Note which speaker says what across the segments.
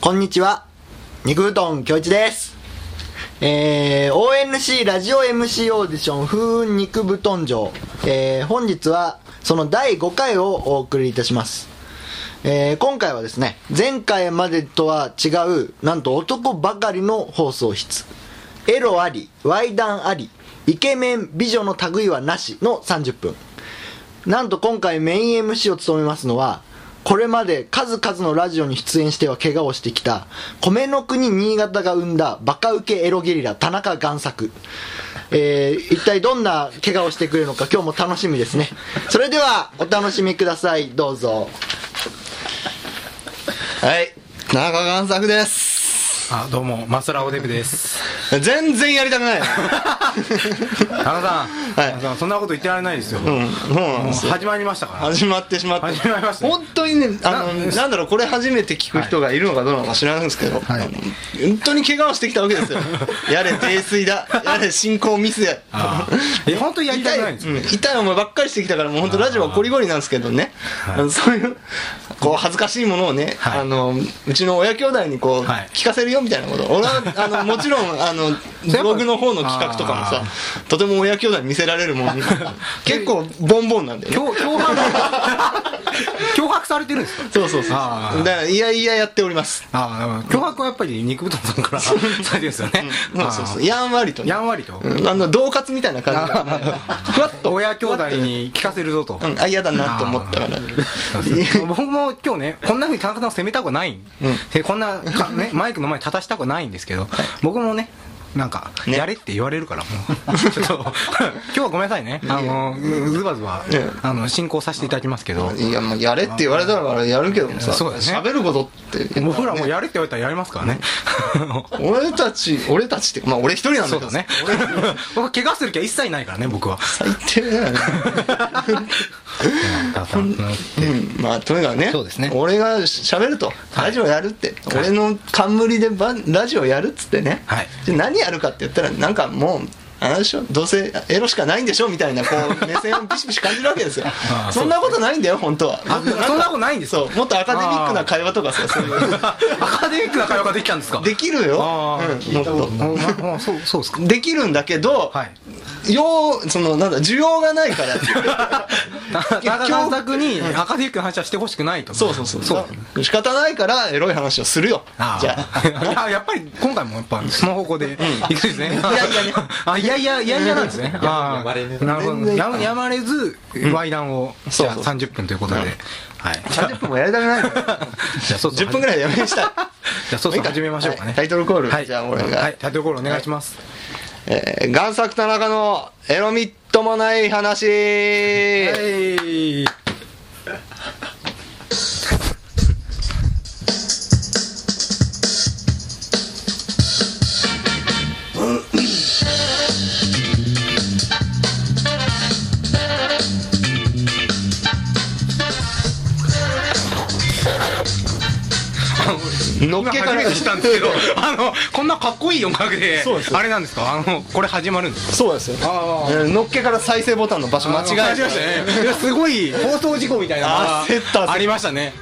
Speaker 1: こんにちは。肉うどんきょういちです。えー、ONC ラジオ MC オーディション、風雲肉ぶとん城。えー、本日は、その第5回をお送りいたします。えー、今回はですね、前回までとは違う、なんと男ばかりの放送室。エロあり、ワイダンあり、イケメン、美女の類はなしの30分。なんと今回メイン MC を務めますのは、これまで数々のラジオに出演しては怪我をしてきた、米の国新潟が生んだバカウケエロゲリラ、田中贋作。えー、一体どんな怪我をしてくれるのか今日も楽しみですね。それでは、お楽しみください。どうぞ。
Speaker 2: はい。田中贋作です。
Speaker 3: あどうもマスラオデブです
Speaker 2: 全然やりたくない。
Speaker 3: 田中さん、
Speaker 2: はい
Speaker 3: 田中さんそんなこと言ってられないですよ、もう
Speaker 2: そうなんですよ。
Speaker 3: 始まりましたから
Speaker 2: 始まってしまった。
Speaker 3: 始まりましたね
Speaker 2: 本当にね、あの、
Speaker 3: な
Speaker 2: なんだろう、これ初めて聞く人がいるのかどうなのか知らないんですけど、
Speaker 3: はい
Speaker 2: あの本当に怪我をしてきたわけですよ。やれ、泥酔だ。やれ、進行ミスや。
Speaker 3: あーえ本当にやりた
Speaker 2: 痛
Speaker 3: くない
Speaker 2: い、
Speaker 3: んですよ、
Speaker 2: うん痛い思いばっかりしてきたから、もう本当ラジオはゴリゴリなんですけどね。あのそういう、こう、恥ずかしいものをね、
Speaker 3: はい
Speaker 2: あの、うちの親兄弟にこう、
Speaker 3: はい
Speaker 2: 聞かせるよみたいなこと。俺は、あ の、もちろん、あの、ブログの方の企画とかもさ
Speaker 3: あ、
Speaker 2: とても親兄弟に見せられるもんに、 結構ボンボンなんだよね。
Speaker 3: 脅脅迫脅迫されてるんですか
Speaker 2: そうそうそう。だ
Speaker 3: あ
Speaker 2: か
Speaker 3: ー
Speaker 2: ら、いやいややっております。
Speaker 3: あー脅迫はやっぱり肉豚さんからされてるんですよね、
Speaker 2: そうそうそう。
Speaker 3: あ
Speaker 2: やんわりと
Speaker 3: ー
Speaker 2: ね
Speaker 3: や。んわりと、
Speaker 2: うんあの、恫喝みたいな感じだねふわっと。
Speaker 3: 親兄弟に聞かせるぞと、
Speaker 2: うん、あ、嫌だなと思ったから。
Speaker 3: 僕も今日ね、こんなふうに田中さんを責めたくない、でこんなか、ね、 マイクの前に立たしたくないんですけど、僕もね、なんか、
Speaker 2: ね
Speaker 3: やれって言われるから、も う、ちょっと、今日はごめんなさいね、あのズバズバ
Speaker 2: ね、
Speaker 3: あの進行させていただきますけど、
Speaker 2: いや、もうやれって言われたからやるけどもさ、
Speaker 3: そうだね
Speaker 2: 喋ることって。
Speaker 3: 僕らもう
Speaker 2: ね
Speaker 3: やれって言われたらやりますからね、
Speaker 2: 俺たち、俺たちって、まあ俺一人なんだけ
Speaker 3: そ
Speaker 2: ど
Speaker 3: うだね、僕、怪我する気は一切ないからね、僕は。
Speaker 2: 最低だ よね。うん、まあとにかくね、
Speaker 3: そうですね
Speaker 2: 俺が喋ると、
Speaker 3: はい
Speaker 2: ラジオやるって、
Speaker 3: はい
Speaker 2: 俺の冠でばラジオやるっつってね、
Speaker 3: はい
Speaker 2: じゃあ何やるかって言ったら、なんかもう、あれでしょどうせエロしかないんでしょみたいなこう目線をピシピシ感じるわけですよ
Speaker 3: ああ
Speaker 2: そんなことないんだよ本当は
Speaker 3: あそんなことないんです
Speaker 2: そうもっとアカデミックな会話とかさそういう
Speaker 3: アカデミックな会話ができたんですか
Speaker 2: できるよ、
Speaker 3: ああ、
Speaker 2: うん、もっと
Speaker 3: あそうそうですか。
Speaker 2: できるんだけど、
Speaker 3: はい。
Speaker 2: 要そのなんだ需要がないからっていう
Speaker 3: 田中監督にアカデミックな話はしてほしくないと。
Speaker 2: そうそうそう
Speaker 3: そう。
Speaker 2: 仕方ないからエロい話をするよ
Speaker 3: ああ
Speaker 2: じゃあ
Speaker 3: いや、やっぱり今回もやっぱその方向で行くんですね。いや
Speaker 2: いやいや。
Speaker 3: あ、いやいや、いやいやなんですね。ああ、
Speaker 4: まれぬ
Speaker 3: なるほ
Speaker 2: 全
Speaker 3: ど。
Speaker 2: 然
Speaker 3: やむやまれず、ワイダンを、じゃあ
Speaker 2: そうそう
Speaker 3: 30分ということで。はい。
Speaker 2: 30分も やりたくないから
Speaker 3: じゃあ、そう
Speaker 2: 10分ぐらいでやめにしたい
Speaker 3: じゃあ、そうそう始めましょうか
Speaker 2: は
Speaker 3: ね
Speaker 2: い。タイトルコール、
Speaker 3: はい。
Speaker 2: じゃあ俺が、
Speaker 3: はい、タイトルコールお願いします。
Speaker 2: えー、贋作田中のエロみっともない話、
Speaker 3: はい。
Speaker 2: のっけから
Speaker 3: 初めて知ったんですけど、あの、こんなかっこいい音楽で
Speaker 2: そうで、す
Speaker 3: あれなんですかあの、これ始まるんですか
Speaker 2: そうですよ
Speaker 3: ああ
Speaker 2: えーのっけから再生ボタンの場所間違え
Speaker 3: 間違えましたねいやすごい放送事故みたいなのが
Speaker 2: あー焦った焦った
Speaker 3: ありましたね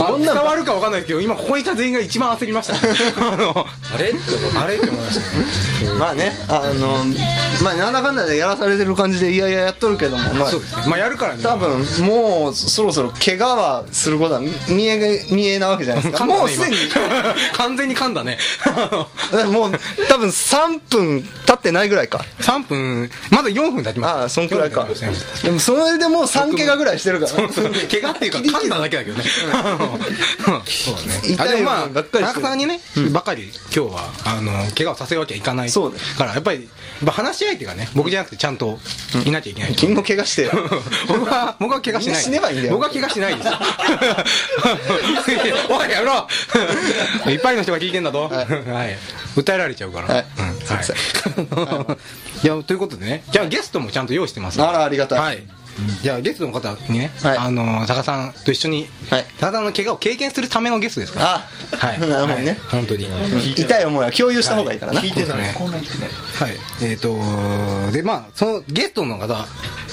Speaker 3: あ
Speaker 2: こんな
Speaker 3: 伝
Speaker 2: の
Speaker 3: わるかわかんないですけど今ここにいた全員が一番焦りましたあの
Speaker 4: あれって思って
Speaker 3: あれって思いましたね
Speaker 2: まあねあのまあなんだかんだでやらされてる感じでいやいややっとるけどもまあ
Speaker 3: そうですねまあやるからね
Speaker 2: 多分もうそろそろ怪我はすることは見見え見えなわけじゃないですか
Speaker 3: 噛んだね
Speaker 2: もうすでに
Speaker 3: 今完全に噛んだねあの
Speaker 2: もう多分3分経ってないぐらいか
Speaker 3: 3分まだ4分経ちました
Speaker 2: ああそんくらいか
Speaker 3: 4分経ちました
Speaker 2: でもそれでもう3怪我ぐらいしてるからね
Speaker 3: 怪我っていうか噛んだだけだけどね。うん そうだね。あ
Speaker 2: 痛
Speaker 3: で
Speaker 2: い
Speaker 3: もま
Speaker 2: も
Speaker 3: あ
Speaker 2: のばっかり
Speaker 3: 田
Speaker 2: して
Speaker 3: 中さんにねばかり今日はあの怪我をさせるわけはいかない。
Speaker 2: そうだよ
Speaker 3: からやっぱりやっぱ話し相手がね僕じゃなくてちゃんといなきゃいけない。
Speaker 2: 君も怪我してよ
Speaker 3: 僕は僕は怪我し
Speaker 2: みん
Speaker 3: ない。
Speaker 2: な死ねばいいんだよ
Speaker 3: 僕は怪我しないですよ。 おいやめろ。 いっぱいの人が聞いてんだぞ。
Speaker 2: は
Speaker 3: はいい。訴えられちゃうから。
Speaker 2: はい
Speaker 3: うん はい。いやということでねじゃあゲストもちゃんと用意してますんで。
Speaker 2: あらありがたい
Speaker 3: はい。じゃあゲストの方にね、
Speaker 2: はい
Speaker 3: あの高さんと一緒に、
Speaker 2: はい
Speaker 3: 高さんの怪我を経験するためのゲストですから。
Speaker 2: あ
Speaker 3: は い。
Speaker 2: なるほどね
Speaker 3: はい本当に。はい。
Speaker 2: 痛い思いは共有した方がいいからな
Speaker 4: 聞いてないこんなに聞いてない
Speaker 3: えっ、とでまあそのゲストの方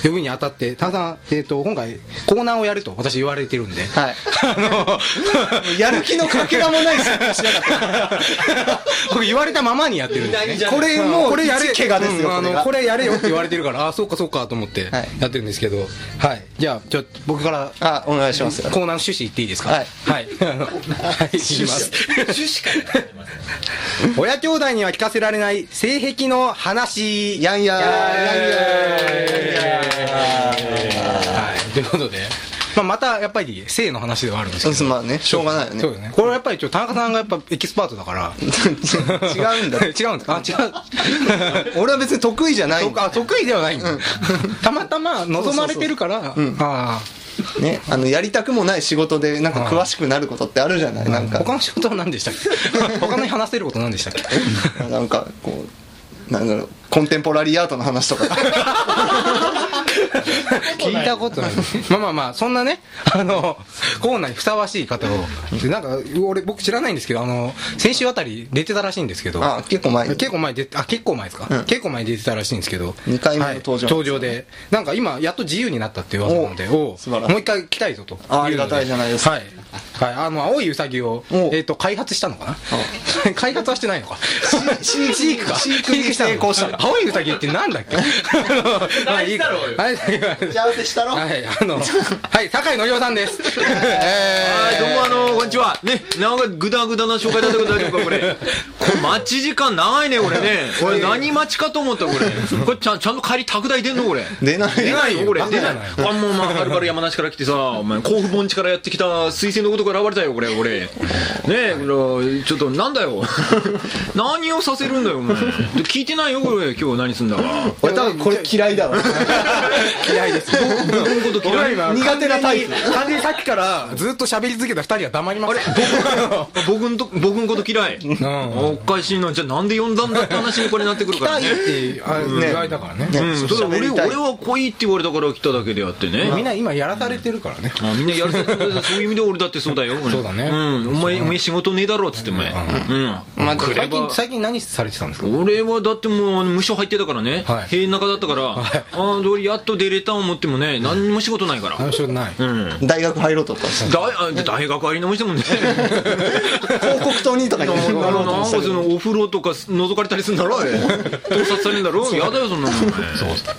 Speaker 3: 呼ぶにあたって、ただ、えっと、今回、コーナーをやると私言われてるんで、
Speaker 2: はい
Speaker 3: あの、
Speaker 2: やる気のかけらもないですよしなかった
Speaker 3: 僕言われたままにやってるんです
Speaker 2: いい
Speaker 3: ね
Speaker 2: じゃ。ない
Speaker 3: これもう、
Speaker 2: これやれ
Speaker 3: 一
Speaker 2: 怪我ですよ
Speaker 3: うんあ
Speaker 2: これ
Speaker 3: の
Speaker 2: が
Speaker 3: これやれよって言われてるから、 あ、そうかそうかと思って
Speaker 2: はい
Speaker 3: やってるんですけど、はい。じゃあ、ちょ、僕から、
Speaker 2: あお願いします
Speaker 3: コーナーの趣旨言っていいですか
Speaker 2: はい
Speaker 3: はい。あのはい、します。
Speaker 4: 趣旨から始まります
Speaker 3: 親兄弟には聞かせられない性癖の話
Speaker 2: やんやーやんや
Speaker 3: はいということで、まあ、またやっぱり性の話ではあるんです
Speaker 2: そう
Speaker 3: け
Speaker 2: です
Speaker 3: ど
Speaker 2: まあねしょうがないよね
Speaker 3: そうですねこれはやっぱりちょっと田中さんがやっぱエキスパートだから
Speaker 2: 違うんだ
Speaker 3: 違うんですかあ違 う
Speaker 2: 俺は別に得意じゃないん
Speaker 3: 得
Speaker 2: だ
Speaker 3: あ得意ではないんだ、たまたま望まれてるから
Speaker 2: そうそうそううん
Speaker 3: あ
Speaker 2: ねあのやりたくもない仕事でなんか詳しくなることってあるじゃない
Speaker 3: あ
Speaker 2: なんか
Speaker 3: 他の仕事は何でしたっ け他の話せること何でしたっけ
Speaker 2: なんかこうなんだろうコンテンポラリーアートの話とか
Speaker 3: 聞いたことない。まあまあまあ、そんなね、あの、コーナーにふさわしい方を、でなんか、俺、僕知らないんですけど、あの、先週あたり出てたらしいんですけど、
Speaker 2: あ結構前に
Speaker 3: 結構前で、あ、結構前ですか、
Speaker 2: うん
Speaker 3: 結構前に出てたらしいんですけど、
Speaker 2: 二回目の登場
Speaker 3: はい登場で、なんか今、やっと自由になったっていう噂なので、
Speaker 2: お
Speaker 3: おう
Speaker 2: 素晴らしい
Speaker 3: もう一回来たいぞとうので。
Speaker 2: あありがたいじゃないですか
Speaker 3: はい。はい、あの、青いウサギを、
Speaker 2: お
Speaker 3: えっと、開発したのかな 開発はしてないのか。
Speaker 2: 飼育
Speaker 3: 飼育か。
Speaker 2: 飼育に成功したの
Speaker 3: 青いウサギってなんだっけまあいいか
Speaker 4: 大事だろうよ
Speaker 3: はいはい
Speaker 1: 打ち合わせしたろ
Speaker 3: はい、あの、はい、酒井のりおさ んです。
Speaker 4: はい、どうも
Speaker 3: え
Speaker 4: あのー、こんにちは。ね、なんかグダグダな紹介だったけど大丈夫 か、これ。これ待ち時間長いね、これね。 これ何待ちかと思った、これ。これちゃん、ちゃんと帰り拓大出んの、これ。
Speaker 2: 出ない
Speaker 4: 出ないよ、これ。出ない
Speaker 3: バカ。
Speaker 4: あ、もう、まあ、はるばる山梨から来てさ、お前、甲府盆地からやってきた彗星のことが現れたよ、これ、俺。ねえ、これちょっと、なんだよ。 何をさせるんだよ、お前。で聞いてないよ、これ、今日何すんだか。
Speaker 2: 俺多分これ嫌いだわ
Speaker 3: 嫌いです。
Speaker 4: 僕のこと嫌いな。
Speaker 2: 苦手なタイプ
Speaker 3: 完全にさっきからずっと喋り続けた二人は黙ります。
Speaker 4: 僕んと、僕のこと嫌い。
Speaker 3: ん
Speaker 4: おかしいな。じゃあなんで呼んだんだって話にこれなってくるからね。
Speaker 3: ってあ
Speaker 2: ね
Speaker 3: 言われたからね。
Speaker 4: うん、そ
Speaker 2: 喋
Speaker 4: れ俺
Speaker 2: りたい
Speaker 4: 俺は来いって言われたから来ただけであってね。
Speaker 3: みんな今やらされてるからね。
Speaker 4: あみんなやるせそういう意味で俺だってそうだよ。俺
Speaker 3: そうだね
Speaker 4: うん。お前、お前仕事ねえだろっつってお前。うん。
Speaker 2: まあ
Speaker 4: これ
Speaker 3: 最近、
Speaker 4: は。
Speaker 3: 最近何されてたんですか
Speaker 4: 俺はだってもうあの無償入ってたからね、
Speaker 3: はい
Speaker 4: 平中だったから、ああで俺やっと出れた思ってもね、何にも仕事ないから、
Speaker 3: 何しろない。
Speaker 4: うん、
Speaker 2: 大学入ろうとか
Speaker 4: 大あ大学あり直してもんね、
Speaker 2: 広告塔にとか言って
Speaker 4: な
Speaker 2: なろ
Speaker 4: な
Speaker 2: うと思って
Speaker 4: なんか
Speaker 2: た
Speaker 4: そ
Speaker 2: けど
Speaker 4: のお風呂とか覗かれたりするんだろあれ盗撮されるんだろやだよそんなもんそう、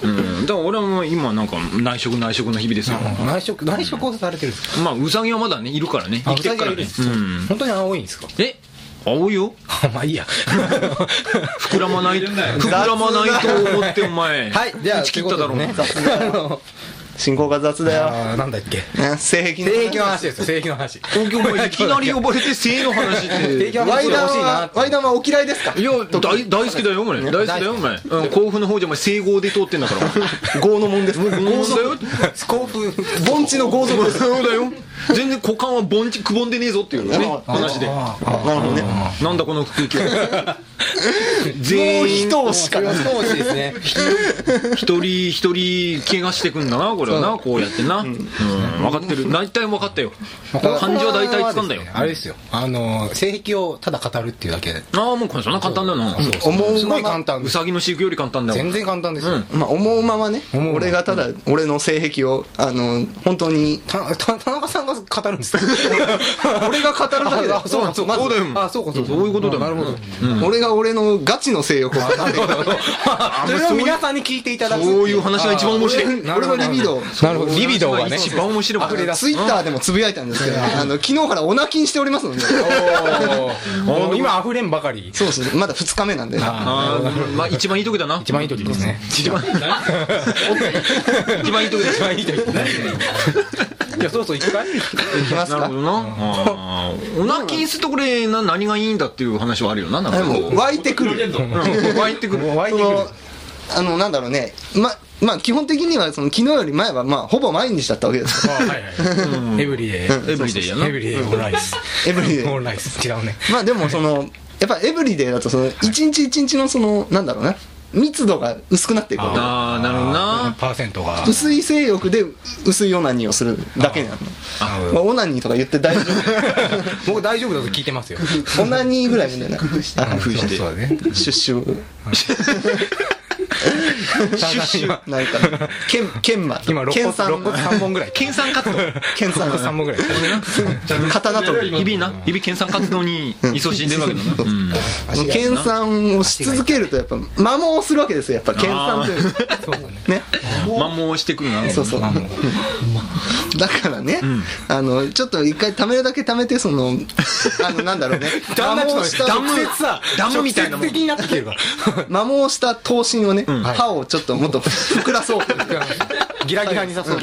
Speaker 4: うん、だから俺はもう今なんか内職内職の日々ですよ、
Speaker 3: 内職、内職をされてるんですか
Speaker 4: まあウサギはまだねいるからね生きてるからねうん
Speaker 3: 本当に青いんですか
Speaker 4: え青いよ
Speaker 3: まあいい や。
Speaker 4: 膨らまない膨らまないと思ってお 前
Speaker 3: はい、じゃあ、
Speaker 4: 打ち切っただろう
Speaker 3: ということでね。あ の
Speaker 2: 進行が雑だよ、
Speaker 3: あーなんだっけ。
Speaker 2: ね、性癖の
Speaker 3: 性癖の話ですよ、性癖の話。
Speaker 4: 東 京お前いきなり呼ばれて性の話っ
Speaker 3: 性
Speaker 4: て
Speaker 3: 癖の
Speaker 2: ワ
Speaker 3: 話
Speaker 2: イ
Speaker 3: が
Speaker 2: ダン
Speaker 3: 欲しいな
Speaker 2: は
Speaker 3: って。
Speaker 2: ワイダンはお嫌いですか
Speaker 4: いや大大好きだよお前大好きだよお前うん甲府の方じゃお前整合で通ってんだから
Speaker 2: 豪のもんですか
Speaker 4: 合
Speaker 2: 豪
Speaker 4: だよ
Speaker 2: 族
Speaker 3: 興奮。
Speaker 2: 盆地の豪族です
Speaker 4: そうだよ全然股間は盆地くぼんでねえぞっていうね
Speaker 2: ああ
Speaker 4: 話で
Speaker 3: あ
Speaker 2: なるほどね
Speaker 4: なんだこの空気は
Speaker 2: もう
Speaker 4: 全員
Speaker 2: 一押しかな
Speaker 3: ーそうですね。
Speaker 4: 一人一人怪我してくんだなこれはなこうやってな、うん分かってる大体分かったよ感情は大体つかんだよ、
Speaker 3: あれですよ。あの、性癖をただ語るっていうだけで。
Speaker 4: ああもうこれそんな簡単だよな
Speaker 2: 思うまます
Speaker 3: ごい簡単
Speaker 4: う。さぎの飼育より簡単だよ
Speaker 3: 全然簡単です
Speaker 4: う
Speaker 3: よ
Speaker 4: ん。
Speaker 2: まあ思うままね
Speaker 3: 思う
Speaker 2: 俺がただ俺の性癖をあの本当に
Speaker 3: たた田中さんが語るんですか俺が語るだけだ。あそうか、そうか。
Speaker 4: そうだよ
Speaker 3: あ、そうか、そうか。
Speaker 4: そういうことだよ
Speaker 3: あなるほど。
Speaker 2: 俺が俺のガチの性欲を語っていく
Speaker 3: それを皆さんに聞いていただく。
Speaker 4: そういう話が一番面白い
Speaker 3: なるほど
Speaker 2: 俺のリビドー
Speaker 3: なるほど。リビドーはね。
Speaker 4: 一番面白い
Speaker 3: 溢れ出す
Speaker 2: ツイッターでもつぶやいたんですけどあの昨日からお泣きにしておりますので
Speaker 3: おーおー今溢れんばかり。
Speaker 2: そうですねまだ2日目なんで
Speaker 4: あーまあ一番いい時だな
Speaker 3: 一番いい時ですね。
Speaker 4: 一番 一番いい時だ一番いい時
Speaker 3: いや、そうそう、一回。
Speaker 2: いきます
Speaker 4: なる
Speaker 2: か
Speaker 4: ほどなあーおなきにするとこれな何がいいんだっていう話はあるよななん
Speaker 2: で
Speaker 4: かこう
Speaker 2: も湧いてくる
Speaker 4: うん湧いてくる
Speaker 3: 湧い
Speaker 2: そ
Speaker 3: てくる
Speaker 2: の。あのなんだろうねままあ基本的にはその昨日より前はまあほぼ毎日だったわけです
Speaker 3: あはいはいエブリデイ。
Speaker 4: エブリデイやな
Speaker 3: エブリデイオンライス。
Speaker 2: エブリデイ
Speaker 3: オンライス。違うね。
Speaker 2: まあでもそのやっぱエブリデイだとその一日一日のそのなんだろうな密度が薄くなっていくわけ
Speaker 4: ああなるほどな
Speaker 3: パーセントが。
Speaker 2: 薄い性欲で薄いオナニーをするだけなの
Speaker 3: なるほ
Speaker 2: まあ、
Speaker 3: ど
Speaker 2: オナニーとか言って大丈
Speaker 3: 僕大丈夫だと聞いてますよ。
Speaker 2: 夫オナニーぐらいみたいなあ
Speaker 3: そうそうだね。
Speaker 2: シュッシュシュッシュなんか剣剣馬
Speaker 3: 今、肋
Speaker 2: 剣
Speaker 3: 骨、
Speaker 2: さ
Speaker 3: 肋
Speaker 2: ん
Speaker 3: 骨3本ぐらい。
Speaker 4: 県産活動
Speaker 2: 剣さん
Speaker 3: 肋骨3本ぐらい。
Speaker 2: 刀と
Speaker 4: 指な指県産活動に勤しんでるわけだな、うん
Speaker 2: 研鑽をし続けるとやっぱ摩耗するわけですよやっぱ研鑽というね
Speaker 4: 摩耗してくるな
Speaker 2: そうそう
Speaker 3: あの
Speaker 2: だからね、あのちょっと一回貯めるだけ貯めてそ のあのなんだろうね
Speaker 3: だんだんちょっと
Speaker 2: した
Speaker 3: ダムさ、
Speaker 4: ダムみたいなもん
Speaker 3: 直接的になってきてるから。
Speaker 2: 摩耗した刀身をね、
Speaker 3: はい
Speaker 2: 刃をちょっともっと膨ら そう
Speaker 3: ギラギラにさそう。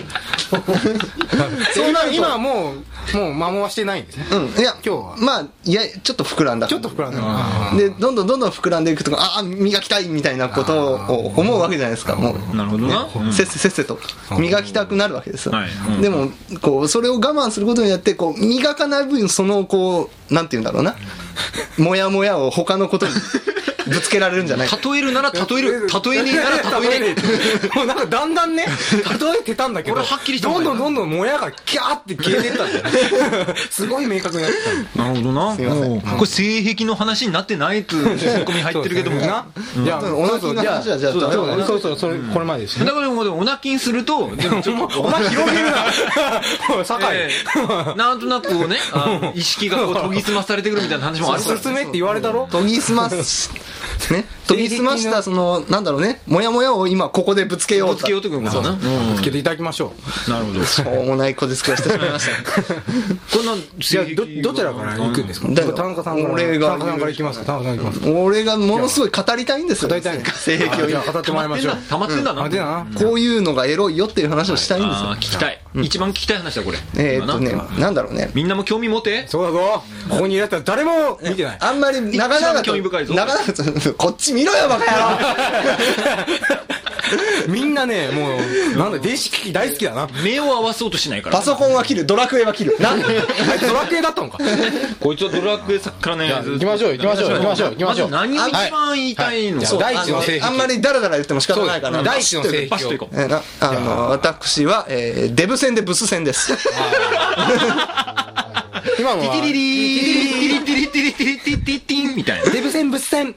Speaker 2: そうなると
Speaker 3: 今はもう、もう摩耗はしてないんですね。
Speaker 2: うんいや
Speaker 3: 今日は
Speaker 2: まあいやちょっと膨らんだ
Speaker 3: ちょっと膨らんでる。
Speaker 2: でどんどんどんどん膨らんでいくとああ磨きたいみたいなことを思うわけじゃないですかもう
Speaker 4: なるほどな、うん
Speaker 2: せっせせっせと磨きたくなるわけですよ、
Speaker 4: はいうん
Speaker 2: でもこうそれを我慢することによってこう磨かない分そのこうなんて言うんだろうなモヤモヤを他のことにぶつけられるんじゃない か
Speaker 4: 例えるなら例える例えねえなら例えねえ
Speaker 3: もうなんかだんだんね、例えてたんだけど、
Speaker 4: これはっきりしたも
Speaker 3: ど
Speaker 4: ん
Speaker 3: ん
Speaker 4: ね
Speaker 3: どんどんどんもやがキャーって消えてったんだよね。 すごい明確になってたんだよ
Speaker 4: なるほどな
Speaker 2: みません
Speaker 4: おうこれ性癖の話になってないとツッコミ入ってるけども
Speaker 3: そうですね
Speaker 4: な
Speaker 3: な。いや、
Speaker 2: うん
Speaker 3: そうそう
Speaker 2: 同じ話はじゃあ
Speaker 3: そうそう
Speaker 2: ダメだね
Speaker 3: そうそう、それ、これまでです
Speaker 4: だ
Speaker 3: ね。
Speaker 4: からでもでもオナキンすると でもちょっと
Speaker 3: お前広げる なおい酒井
Speaker 4: ええなんとなくこうねあの意識がこう研ぎ澄まされてくるみたいな話もあるから
Speaker 3: おすすめって言われたろ
Speaker 2: 研ぎ澄ますね 研ぎ澄ましたそのなんだろうねモヤモヤを今ここでぶつけよう
Speaker 4: ぶつけようとくることだなうん
Speaker 3: つけていただきましょ
Speaker 4: なるほど
Speaker 2: しょうもない子ですけどしてしまいました
Speaker 4: こんな
Speaker 3: う。いや、ど、どちらから行くんですか
Speaker 2: 誰が
Speaker 3: 田中さんから。
Speaker 2: 俺が
Speaker 3: 田中さんから行きますか田中さん行きますか
Speaker 2: 俺がものすごい語りたいんですよ
Speaker 3: 語りたいね
Speaker 2: 性
Speaker 3: あ
Speaker 2: 癖を
Speaker 3: じゃ
Speaker 2: 今
Speaker 3: あ語ってもらいましょう。
Speaker 4: 溜まってんだな
Speaker 3: あ、でな。
Speaker 2: こういうのがエロいよっていう話をしたいんですよ
Speaker 4: あー聞きたい一番聞きたい話だこれ
Speaker 2: えーっとね
Speaker 4: 今な
Speaker 2: なんだろうね
Speaker 4: みんなも興味持て
Speaker 3: そうだぞ。ここにいられたら誰も見てない。
Speaker 2: あんまり長々
Speaker 4: 一番興味深い
Speaker 2: と
Speaker 4: ぞ
Speaker 2: 長々と こっち見ろよバカ野郎
Speaker 3: みんなね、もう、なんだ、電子機器大好きだな。
Speaker 4: 目を合わそうとしないから
Speaker 2: パソコンは切るドラクエは切る な
Speaker 3: あいつドラクエだったのか。
Speaker 4: こいつはドラクエ作家のやつ
Speaker 3: 行きましょう行きましょう行きましょう行きましょう
Speaker 4: ず何を一番言いたいの
Speaker 3: はいはい第一
Speaker 4: だ
Speaker 3: の性癖
Speaker 2: あんまりダラダラ言っても仕方ないから
Speaker 3: 第一の性
Speaker 4: バシッ
Speaker 3: 癖
Speaker 4: と
Speaker 3: を
Speaker 4: いこう。
Speaker 2: えーなあの私は、えーデブ戦でブス戦です
Speaker 3: 今のは、
Speaker 4: ティ
Speaker 3: デ
Speaker 4: リリリティリティリティリティリティリティンみたいな。
Speaker 3: ブ戦物戦。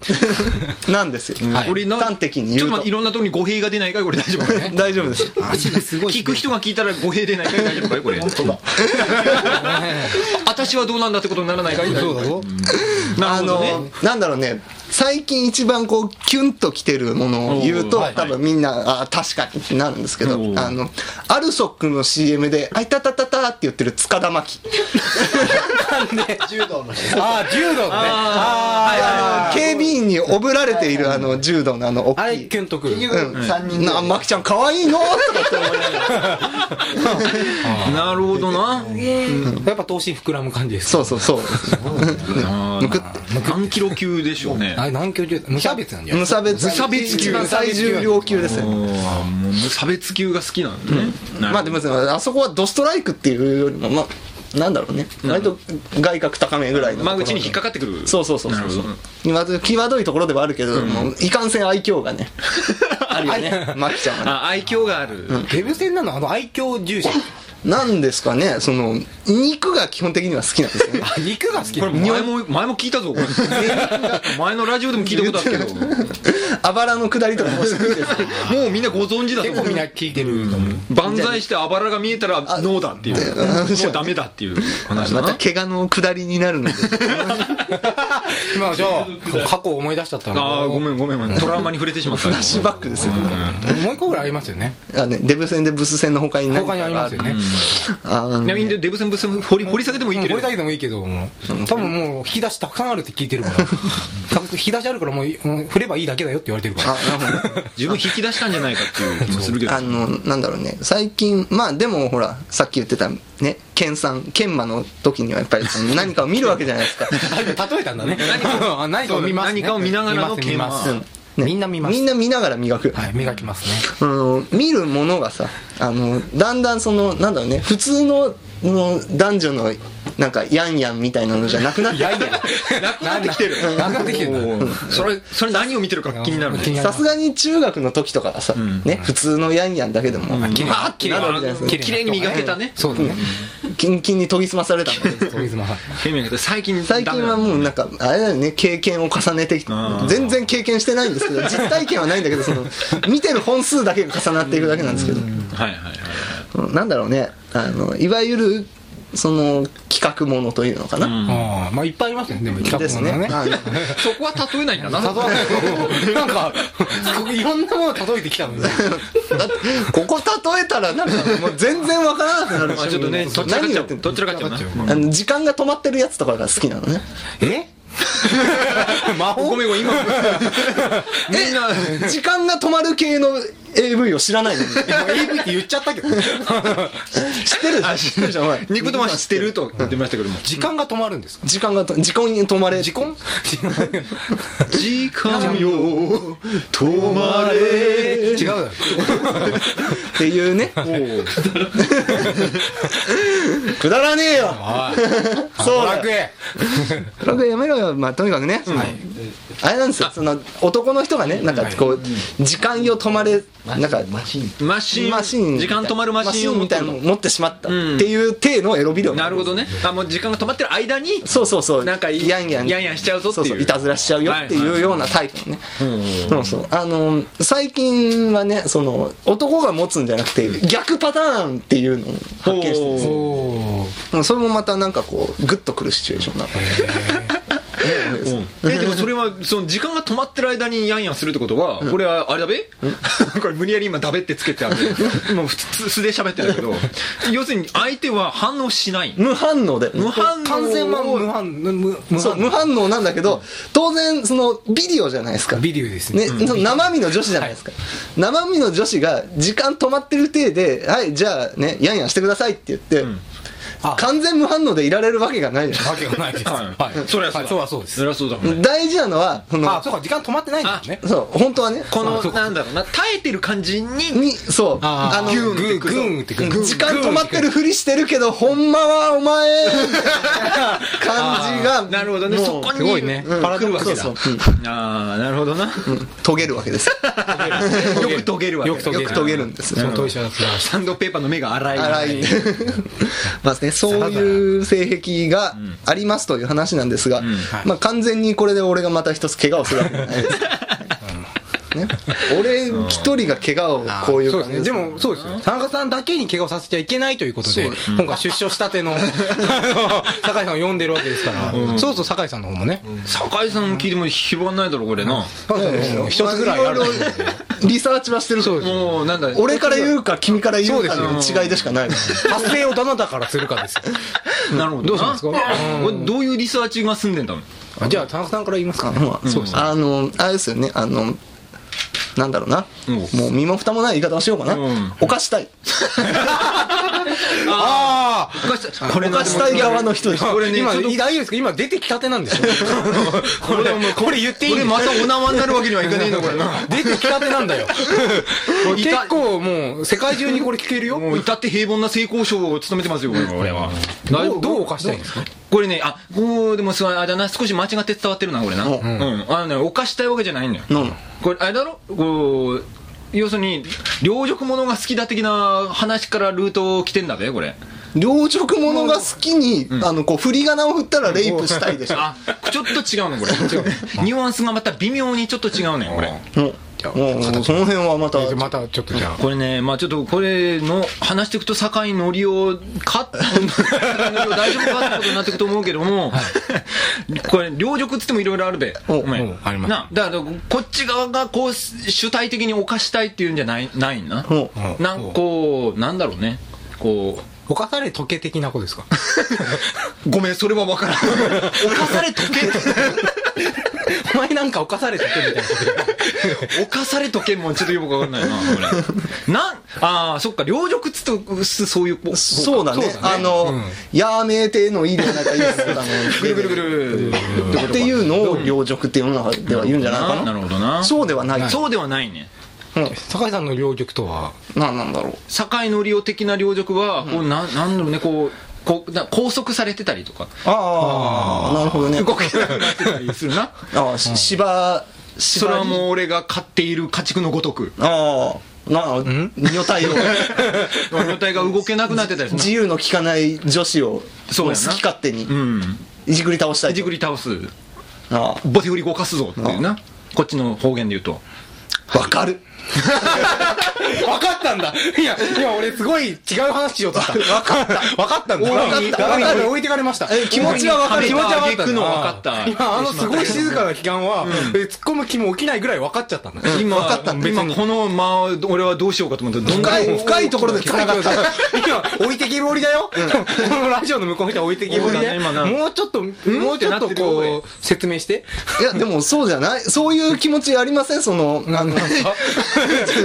Speaker 2: なんですよ、
Speaker 4: 俺な
Speaker 2: 端的に
Speaker 4: ちょ
Speaker 2: 言う
Speaker 4: っ
Speaker 2: と
Speaker 4: と待っていろんなとこに語弊が出ないかいこれ大丈夫かい
Speaker 2: 大丈夫です
Speaker 4: 聞く人が聞いたら語弊出ないかい大丈夫かいこれ。私はどうなんだってことにならないかい
Speaker 3: そうだぞ。
Speaker 4: な
Speaker 2: あ
Speaker 4: るほど
Speaker 2: の
Speaker 4: ね。
Speaker 2: なんだろうね最近一番こうキュンときてるものを言うと、
Speaker 4: おーはい
Speaker 2: 多分みんなあ確かにってなるんですけど
Speaker 4: おー
Speaker 2: あのアルソックの CM で「あいたたたた」って言ってる塚田真希
Speaker 3: ああ、柔道のね。
Speaker 2: あの警備員におぶられているあの柔道のあの大
Speaker 3: あれ、
Speaker 2: きい
Speaker 3: キュンとくる。
Speaker 1: 局3人で
Speaker 2: なマキちゃん可愛いのとかって思いながら
Speaker 4: なるほどな。
Speaker 3: やっぱ頭身膨らむ感じで す。
Speaker 2: そうそうそう
Speaker 4: あ
Speaker 2: むくっ
Speaker 4: ー何キロ級でしょうね。
Speaker 3: あれ、南京柔道、無差別なんじゃない
Speaker 2: 無差別
Speaker 4: 無差別級
Speaker 2: 一番最重量級ですよ
Speaker 4: お
Speaker 2: ね
Speaker 4: ーもう差別級が好きなんだね。なるほど
Speaker 2: まあでもあそこはドストライクっていうよりもまあなんだろうね割と外角高めぐらいの
Speaker 4: 間口に引っかかってくる。
Speaker 2: そうそうそう
Speaker 4: なる
Speaker 2: そ
Speaker 4: ほ
Speaker 2: う
Speaker 4: ど。
Speaker 2: 今際どいところではあるけど、もういかんせん愛嬌がね あるよねマキちゃんはね
Speaker 4: あ、愛嬌がある。
Speaker 3: デブ戦なのあの愛嬌重 視。
Speaker 2: なんですかねその肉が基本的には好きなんですよ ね
Speaker 3: あ肉が好き
Speaker 4: こ
Speaker 3: な
Speaker 4: れ
Speaker 3: の
Speaker 4: 前も前も聞いたぞこれ前のラジオでも聞いたことあるけど
Speaker 2: あばらの下りとかも好きですよ
Speaker 4: もうみんなご存知だと
Speaker 3: 結
Speaker 4: 思
Speaker 3: 構みん
Speaker 4: う
Speaker 3: な聞いてると思う。
Speaker 4: 万歳してあばらが見えたらノーだっていうもうダメだっていう話
Speaker 2: ま
Speaker 4: だ
Speaker 2: た
Speaker 4: な
Speaker 2: 怪我の下りになるので
Speaker 3: 今、じゃあ、過去を思い出しちゃったの
Speaker 4: ああごめんごめんごめんトラウマに触れてしまった
Speaker 2: フラッシュバックですよ、
Speaker 3: もう一個ぐらいありますよね。
Speaker 2: あね、デブ戦でブス戦の他に何
Speaker 3: 他にありますよね。
Speaker 2: あの
Speaker 4: ちなみにデブ戦ブ戦掘り掘り下げてもいいけ
Speaker 3: こ
Speaker 4: ど
Speaker 3: れだけでもいいけども、多分もう引き出したくさんあるって聞いてるから、多分引き出しあるからもうもう振ればいいだけだよって言われてるから。
Speaker 2: あなるほど
Speaker 4: 自分引き出したんじゃないかっていう気もするけど
Speaker 2: あのなんだろうね最近まあでもほらさっき言ってたね研さん研磨の時にはやっぱりそ の何かを見るわけじゃないですか
Speaker 3: 例えたんだね。あ何かを見ますね。
Speaker 4: 何かを見ながらの
Speaker 3: 見ます
Speaker 4: 研
Speaker 3: 見ますみんな見ます
Speaker 2: みん。な見ながら磨く、
Speaker 3: はい、磨きますね。
Speaker 2: あの見るものがさあのだんだんそのなんだろうね普通のの男女のなんかヤンヤンみたいなのじゃなくなっ て
Speaker 3: い やいや、
Speaker 4: なくなってきてる
Speaker 3: なくなってきてる
Speaker 4: おーそれそれ何を見てるか気になるね
Speaker 3: 気になる
Speaker 2: さすがに中学の時とかはさ、ね、普通のヤンヤンだけでも、う
Speaker 3: 綺麗
Speaker 2: わーってなるわけじゃないですか
Speaker 4: 綺麗に磨けたね
Speaker 3: そうだね。
Speaker 2: キンキンに研ぎ澄まされたんだけど
Speaker 3: 水間さん
Speaker 4: 最近
Speaker 2: 最近はもうなんかあれだよね経験を重ねてきて
Speaker 4: うん
Speaker 2: 全然経験してないんです けど実体験はないんだけどその見てる本数だけが重なっていくだけなんですけど
Speaker 4: はいはいはい
Speaker 2: うんなんだろうねあのいわゆるその企画ものというのかな、
Speaker 3: あーまあいっぱいありますよねでも企
Speaker 2: で
Speaker 3: 画
Speaker 2: す
Speaker 3: もの
Speaker 2: ね
Speaker 3: はね
Speaker 2: あの
Speaker 4: そこは例えないんだな
Speaker 3: 例えばなんかいろんなもの例えてきたのね
Speaker 2: だって ここ例えたらなんかもう全然わからなくなる
Speaker 4: まあちょっとねどっちらかっ
Speaker 2: 何
Speaker 4: ちゃ
Speaker 2: やっ
Speaker 4: う
Speaker 2: てん
Speaker 4: ど
Speaker 2: の
Speaker 4: っちらかっちゃうな
Speaker 2: あの時間が止まってるやつとかが好きなのね
Speaker 3: え魔
Speaker 4: ご
Speaker 3: 法
Speaker 4: めんごめん今みんな
Speaker 2: 時間が止まる系の AV を知らないのに
Speaker 3: AV って言っちゃったけど
Speaker 2: 知ってるでしょ知ってるでしょお前
Speaker 4: 肉とましてると言ってました けども
Speaker 3: 時間が止まるんです か
Speaker 2: 時間がと時間に止まれ
Speaker 3: 時間
Speaker 4: 時間よ
Speaker 2: 止まれ
Speaker 3: 違うだろ
Speaker 2: っていうねくだらねえよそうだ
Speaker 3: 楽園
Speaker 2: ブログやめろよまあとにかくね、あれなんですよその男の人がねなんかこう、時間よ止まれなんかマシン
Speaker 4: マシン
Speaker 2: マシン
Speaker 4: 時間止まるマシンを持
Speaker 2: み
Speaker 4: って
Speaker 2: たい
Speaker 4: る
Speaker 2: なの
Speaker 4: の
Speaker 2: を持ってしまったっ
Speaker 4: うん
Speaker 2: ていう体のエロビデオ
Speaker 4: なるほどねあもう時間が止まってる間に
Speaker 2: そうそうそう
Speaker 4: なんかい
Speaker 2: やんやん
Speaker 4: やんやんしちゃうぞっていう
Speaker 2: そそいたずらしちゃうよっていうようなタイプのね、そうそうあの最近はねその男が持つんじゃなくて逆パターンっていうのを発見してるんですよ
Speaker 3: おー
Speaker 2: うんそれもまたなんかこうグッとくるシチュエーションなの
Speaker 4: えでもそれはその時間が止まってる間にやんやんするってことは、これはあれだべ これ無理やり今だべってつけてあるもう普通素で喋ってるけど要するに相手は反応しない
Speaker 2: 無反応で
Speaker 4: 無反応
Speaker 3: 完全は無反無無無
Speaker 2: そう無
Speaker 3: 反
Speaker 2: 反応なんだけど当然そのビデオじゃないですか
Speaker 3: ビデオですね
Speaker 2: ね、その生身の女子じゃないですか、生身の女子が時間止まってる体で「はいじゃあねやんやんしてください」って言って、
Speaker 3: あ
Speaker 2: 完全無反応でいられるわけがないじゃない
Speaker 3: わけがないです
Speaker 4: はい
Speaker 3: はい
Speaker 4: そりゃそ
Speaker 3: は
Speaker 4: うだ
Speaker 3: いそうはそうです
Speaker 4: そりゃそうだもんね
Speaker 2: 大事なのはそ
Speaker 3: あ
Speaker 2: の
Speaker 3: そうか時間止まってないんだね
Speaker 2: そう本当はね
Speaker 4: この
Speaker 3: そう
Speaker 4: なんだろうな耐えてる感じに
Speaker 2: にそうあ
Speaker 3: あ
Speaker 2: の
Speaker 3: のグーグーンってくる
Speaker 2: 時間止まってるふりしてるけどほんまはお前みたいな感じが
Speaker 4: なるほどね
Speaker 2: もう
Speaker 4: そこに
Speaker 3: すごいね
Speaker 2: うん
Speaker 3: パラドックスだ
Speaker 2: そうそううん
Speaker 4: ああなるほどな、
Speaker 2: 遂げるわけです
Speaker 4: よく遂げるわけ
Speaker 3: よく
Speaker 2: よ
Speaker 3: 遂げ
Speaker 2: く遂げるんです
Speaker 3: その当事者だったら
Speaker 4: サンドペーパーの目が荒い
Speaker 2: 荒い まあねそういう性癖がありますという話なんですが、
Speaker 3: はい
Speaker 2: まあ、完全にこれで俺がまた一つ怪我をするわけじゃないです。ね、俺一人が怪我をこういう
Speaker 3: そう
Speaker 2: 感
Speaker 3: で
Speaker 2: じ
Speaker 3: すね。でも、そうですよ。田中さんだけに怪我をさせちゃいけないということで、今回出所したての、 あの酒井さんを呼んでるわけですから、そうそう、酒井さんの方もね、
Speaker 4: 酒井さん聞いても広がんないだろこれな、
Speaker 3: 酒井さんの方も一つぐらいある
Speaker 2: まあいろいろリサーチはしてるそうです
Speaker 4: もうなんだ
Speaker 2: 俺から言うか君から言うかの違いでしかない
Speaker 3: 発声をどなたからするかですよ。
Speaker 4: なるほど
Speaker 3: どうしたんですか
Speaker 4: なこれどういうリサーチが済んでんだろう
Speaker 3: あじゃあ、田中さんから言いますか。
Speaker 2: まあ
Speaker 3: そうですね。
Speaker 2: あのあれですよねあのなんだろうな、
Speaker 4: うん
Speaker 2: もう身も蓋もない言い方をしようかな、
Speaker 4: うん
Speaker 2: 犯したい
Speaker 3: ああ
Speaker 4: これ
Speaker 2: 犯したい側の人です
Speaker 4: これね
Speaker 3: 今、
Speaker 4: ちょ
Speaker 3: 大
Speaker 4: っと
Speaker 3: 丈夫ですか今出てきたてなんですよ。 これ、これ言っていいんです
Speaker 4: これま
Speaker 3: か
Speaker 4: たお縄になるわけにはいかねえのこれな
Speaker 3: 出てきたてなん だよ。結構もう、世界中にこれ聞けるよ。
Speaker 4: もう至って平凡な性交渉を務めてますよこれは俺は
Speaker 3: どう、どう犯したいんですか
Speaker 4: これねあこうでもすごいあれだな少し間違って伝わってるなこれなうん、あのね犯したいわけじゃないんだよ、
Speaker 2: うん
Speaker 4: これあれだろこう要するに両辱者が好きだ的な話からルートを来てんだべ これ
Speaker 2: 両直者が好きに、あのこう振り仮名を振ったらレイプしたいでしょ
Speaker 4: あちょっと違うのこれニュアンスがまた微妙にちょっと違うねこれ
Speaker 2: もうもうもうその辺はまた
Speaker 3: えまたちょっとじゃあ。
Speaker 4: これね、まあちょっとこれの話していくと、酒井のりおか、酒井のりお大丈夫かってことになっていくと思うけども、これ、両辱っつってもいろいろあるべ、
Speaker 2: お
Speaker 4: お前
Speaker 3: おあります
Speaker 4: なだから、こっち側がこう主体的に犯したいっていうんじゃないないんな、
Speaker 2: お
Speaker 4: なんかこう、なんだろうね、こう。
Speaker 3: 犯され時計的な子 ですか
Speaker 4: ごめん、それは分からん。犯され時
Speaker 3: お前なんか犯され時計みたいなこと
Speaker 4: 計犯され時計もちょっとよく分かんないな、俺。なん、ああ、そっか、両辱っつうと、そういうこう、
Speaker 2: そうだね
Speaker 3: そうだね
Speaker 2: あの、
Speaker 3: うん
Speaker 2: やーめーてーのいいでなんかいいですよあの
Speaker 4: ぐるぐるぐる。
Speaker 2: っていうのを両直って世の中では言うんじゃないかな
Speaker 4: なるほどな
Speaker 2: そうではない、
Speaker 4: そうではないね
Speaker 3: 酒井さんの両極とは
Speaker 2: なんなんだろう
Speaker 4: 酒井のりお的な領辱はこうななんだろうねこうこうな拘束されてたりとか
Speaker 2: ああなるほどね
Speaker 4: 動けなくなってたりするな
Speaker 2: ああし芝
Speaker 4: それは
Speaker 2: 芝に
Speaker 4: もう俺が飼っている家畜のごとく
Speaker 2: ああなあ、女体を、
Speaker 4: 女体が動けなくなってたりする
Speaker 2: 自由の利かない女子を、
Speaker 4: そう
Speaker 2: 好
Speaker 4: やな
Speaker 2: き勝手に
Speaker 4: う、ん
Speaker 2: いじくり倒したい
Speaker 4: じ
Speaker 2: と。
Speaker 4: くり倒す
Speaker 2: あ
Speaker 4: ボテ振り動かすぞっていうなこっちの方言で言うと
Speaker 2: あわかる。
Speaker 3: 分かったんだいや、今俺すごい違う話しようとした。 分かった。分かったんだ。
Speaker 2: かった
Speaker 3: 分かった。置いてかれました。
Speaker 2: え気持ちは分かる
Speaker 3: 気持ちは分かったんだ。
Speaker 4: 行くの分かった
Speaker 3: 今、あのすごい静かな期間は、え突っ込む気も起きないぐらい分かっちゃったんだ。
Speaker 4: 今
Speaker 3: 分かったんだ。別
Speaker 4: 今
Speaker 3: に。
Speaker 4: この間俺はどうしようかと思ってどんな
Speaker 3: 深い、
Speaker 4: 深
Speaker 3: 深
Speaker 4: い
Speaker 3: い
Speaker 4: と
Speaker 3: とこ
Speaker 4: ころ
Speaker 3: ろ
Speaker 4: で
Speaker 3: で繋がった。今、置いてきぼりだよ。このラジオの向こうの人は置いてきぼり
Speaker 4: そうだ
Speaker 3: で。
Speaker 4: ね今な
Speaker 3: もうちょっと、もうちょっと
Speaker 4: ってなってるよ俺
Speaker 3: こう、説明して。
Speaker 2: いや、でもそうじゃないそういう気持ちありませんその、あの、